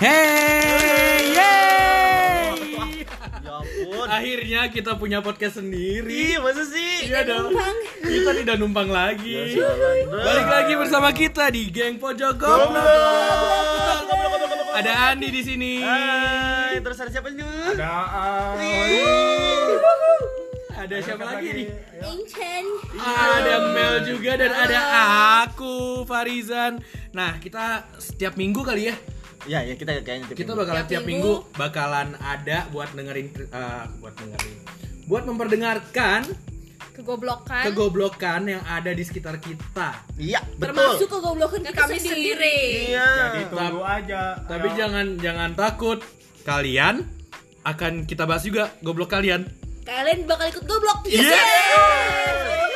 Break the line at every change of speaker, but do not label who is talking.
Hey, yeay.
Ya ampun.
Akhirnya kita punya podcast sendiri.
Ih, masa sih?
Iya dong. Kita tidak numpang lagi. Balik lagi bersama kita di Geng Pojok Goblok. Ada Andi di sini.
Hai, terus ada siapa nih?
Ada
Ada siapa lagi nih?
Incen.
Ada Mel juga dan ada aku Farizan. Nah, kita setiap minggu kali ya.
Ya, ya kita kayaknya tiap
Kita
minggu.
bakalan
Tiap
tiap minggu
minggu.
bakalan ada buat dengerin eh, buat dengerin. Buat memperdengarkan
Kegoblokan.
Kan?
kegoblokan yang ada di sekitar kita.
Iya, betul.
termasuk kegoblokan kita
kami
sendiri.
Iya.
Jadi tunggu aja. ya.
Tapi
Ayo.
jangan jangan takut. Kalian akan kita bahas juga goblok kalian. Iya.
Kalian bakal ikut goblok.
Yeay!